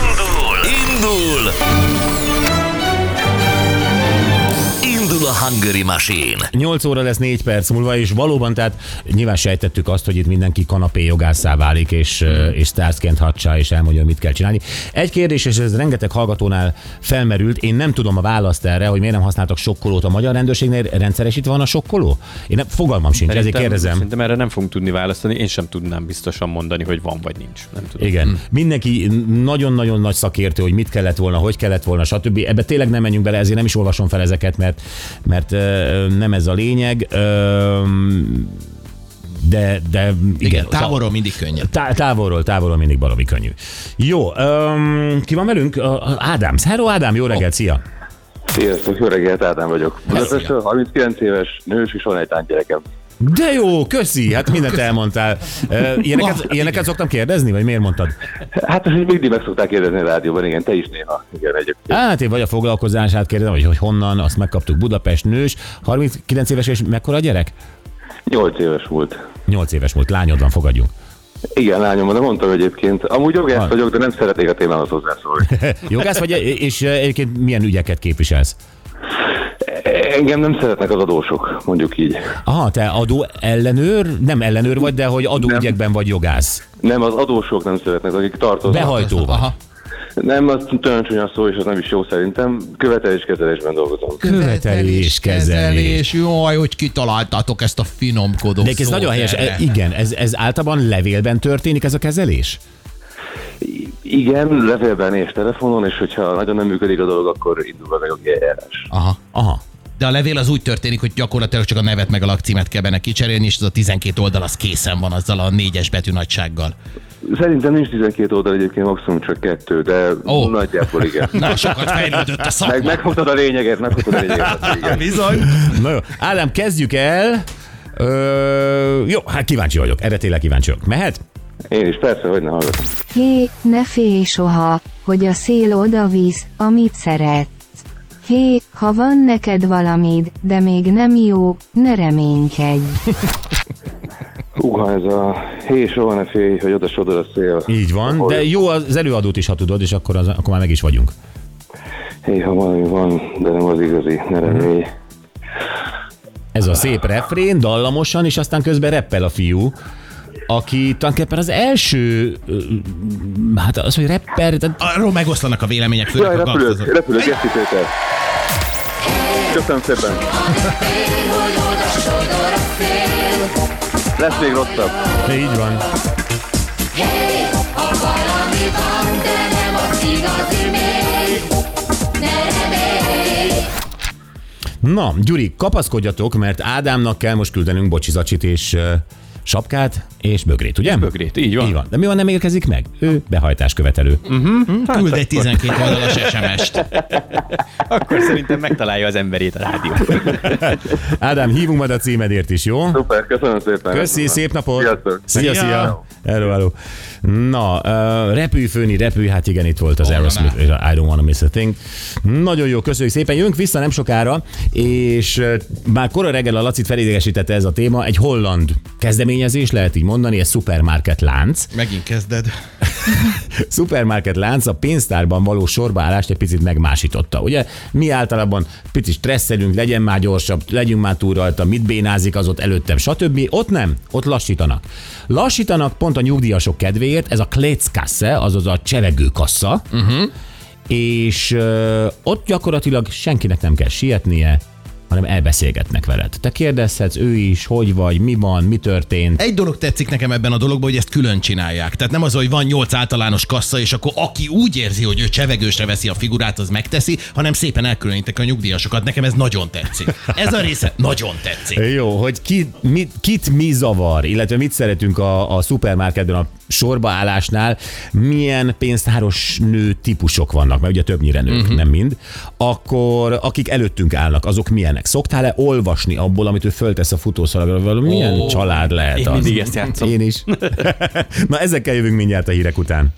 Indul! Indul! Indul a Hungary Machine! 8 óra lesz 4 perc múlva, és valóban, tehát nyilván sejtettük azt, hogy itt mindenki kanapéjogászá válik, és, mm. és tárcként hatsa, és elmondja, hogy mit kell csinálni. Egy kérdés, és ez rengeteg hallgatónál felmerült, én nem tudom a választ erre, hogy miért nem használtak sokkolót a magyar rendőrségnél, rendszeresítve van a sokkoló? Én nem, fogalmam sincs, ezért kérdezem. Szerintem erre nem fogunk tudni választani, én sem tudnám biztosan mondani, hogy van vagy nincs. Nem tudom. Igen. Hm. Mindenki nagyon-nagyon nagy szakértő, hogy mit kellett volna, hogy kellett volna, stb. Ebbe tényleg nem menjünk bele, ezért nem is olvasom fel ezeket, mert, mert ö, nem ez a lényeg. Ö, de, de igen, Igen, távolról mindig könnyebb. Tá- távolról, távolról mindig baromi könnyű. Jó, um, ki van velünk? A- a Ádám. Hello Ádám, jó reggelt, szia! Sziasztok, jó reggelt, Ádám vagyok. Budapestről 39 éves nős, és van egy lánygyerekem. De jó, köszi, hát mindent elmondtál. Ö, Ilyeneket, Ma- ilyeneket szoktam kérdezni, vagy miért mondtad? Hát most mindig meg szokták kérdezni a rádióban, igen, te is néha. Igen, egyébként. Hát én vagy a foglalkozását kérdezem, vagy hogy honnan, azt megkaptuk Budapest nős. 39 éves és mekkora a gyerek? 8 éves volt. 8 éves volt, lányod van, fogadjunk. Igen, lányom, de mondtam egyébként. Amúgy Van. jogász vagyok, de nem szeretnék a témához hozzászólni. Jogász vagy, eh, és egyébként milyen ügyeket képviselsz? Engem nem szeretnek az adósok, mondjuk így. Aha, te adó ellenőr, nem ellenőr vagy, de hogy adóügyekben vagy jogász. Nem, az adósok nem szeretnek, akik tartoznak. Behajtó vagy. Aha. Nem, az nagyon csúnya szó, és az nem is jó szerintem. Követeléskezelésben dolgozom. Követeléskezelés. Jaj, hogy kitaláltátok ezt a finomkodó De ez szót nagyon helyes. erre. E, Igen, ez, ez általában levélben történik ez a kezelés? I- Igen, levélben és telefonon, és hogyha nagyon nem működik a dolog, akkor indul a jogi eljárás. Aha. Aha. De a levél az úgy történik, hogy gyakorlatilag csak a nevet meg a lakcímet kell benne kicserélni, és az a 12 oldal az készen van azzal a négyes betű nagysággal. Szerintem nincs 12 oldal egyébként, maximum csak kettő, de Ó. oh. nagyjából igen. Na, sokat fejlődött a szakma. Meg, megfogtad a lényeget, megfogtad a lényeget. Igen. Bizony. Na jó. Ádám, kezdjük el. Ö, jó, hát kíváncsi vagyok. Erre tényleg kíváncsi vagyok. Mehet? Én is, persze, hogy ne hallgatom. Hé, ne félj soha, hogy a szél oda visz, amit szeretsz. Hé, ha van neked valamid, de még nem jó, ne reménykedj. Uha, ez a hé, soha ne félj, hogy oda sodor a szél. Így van. De jó az előadót is, ha tudod, és akkor, az, akkor már meg is vagyunk. Hé, ha valami van, de nem az igazi, ne remélj. Ez a szép refrén, dallamosan, és aztán közben reppel a fiú, aki tulajdonképpen az első, ö, hát az, hogy rapper, tehát Arról megoszlanak a vélemények, főleg Jaj, a repülök, gazdazok. repülök, Geszti Péter. Köszönöm szépen. Lesz még rosszabb. így van. Na, Gyuri, kapaszkodjatok, mert Ádámnak kell most küldenünk bocsizacsit és ö, sapkát és bögrét, ugye? Bögrét, így van. Mm. Így van. De mi van, nem érkezik meg? Ő behajtás követelő. Küld egy 12 oldalas SMS-t. Akkor szerintem megtalálja az emberét a rádió. Ádám, hívunk majd a címedért is, jó? Szuper, köszönöm szépen. Köszi, szép napot! Sziasztok. Szia, szia! Hello, hello. Na, uh, repülfőni, repülj, hát igen, itt volt az Aerosmith, és a I don't wanna miss a thing. Nagyon jó, köszönjük szépen, jövünk vissza nem sokára, és uh, már kora reggel a Lacit felidégesítette ez a téma, egy holland kezdeményezés, lehet így mondani, ez szupermarket lánc. Megint kezded. Szupermarket lánc a pénztárban való sorbaállást egy picit megmásította. Ugye mi általában picit stresszelünk, legyen már gyorsabb, legyünk már túl rajta, mit bénázik az ott előttem, stb. Ott nem, ott lassítanak. Lassítanak pont a nyugdíjasok kedvéért, ez a kléckasse, azaz a cseregőkassa, uh-huh. és ö, ott gyakorlatilag senkinek nem kell sietnie, hanem elbeszélgetnek veled. Te kérdezhetsz, ő is, hogy vagy, mi van, mi történt. Egy dolog tetszik nekem ebben a dologban, hogy ezt külön csinálják. Tehát nem az, hogy van nyolc általános kassa, és akkor aki úgy érzi, hogy ő csevegősre veszi a figurát, az megteszi, hanem szépen elkülönítek a nyugdíjasokat. Nekem ez nagyon tetszik. Ez a része nagyon tetszik. Jó, hogy ki, mit, kit mi zavar, illetve mit szeretünk a, a szupermarketben, a sorbaállásnál, milyen pénztáros nő típusok vannak, mert ugye többnyire nők, Mhm. uh-huh. nem mind, akkor akik előttünk állnak, azok milyenek? Szoktál-e olvasni abból, amit ő föltesz a futószalagra, valami milyen család lehet Én az? mindig ezt játszom. Én is. Na ezekkel jövünk mindjárt a hírek után.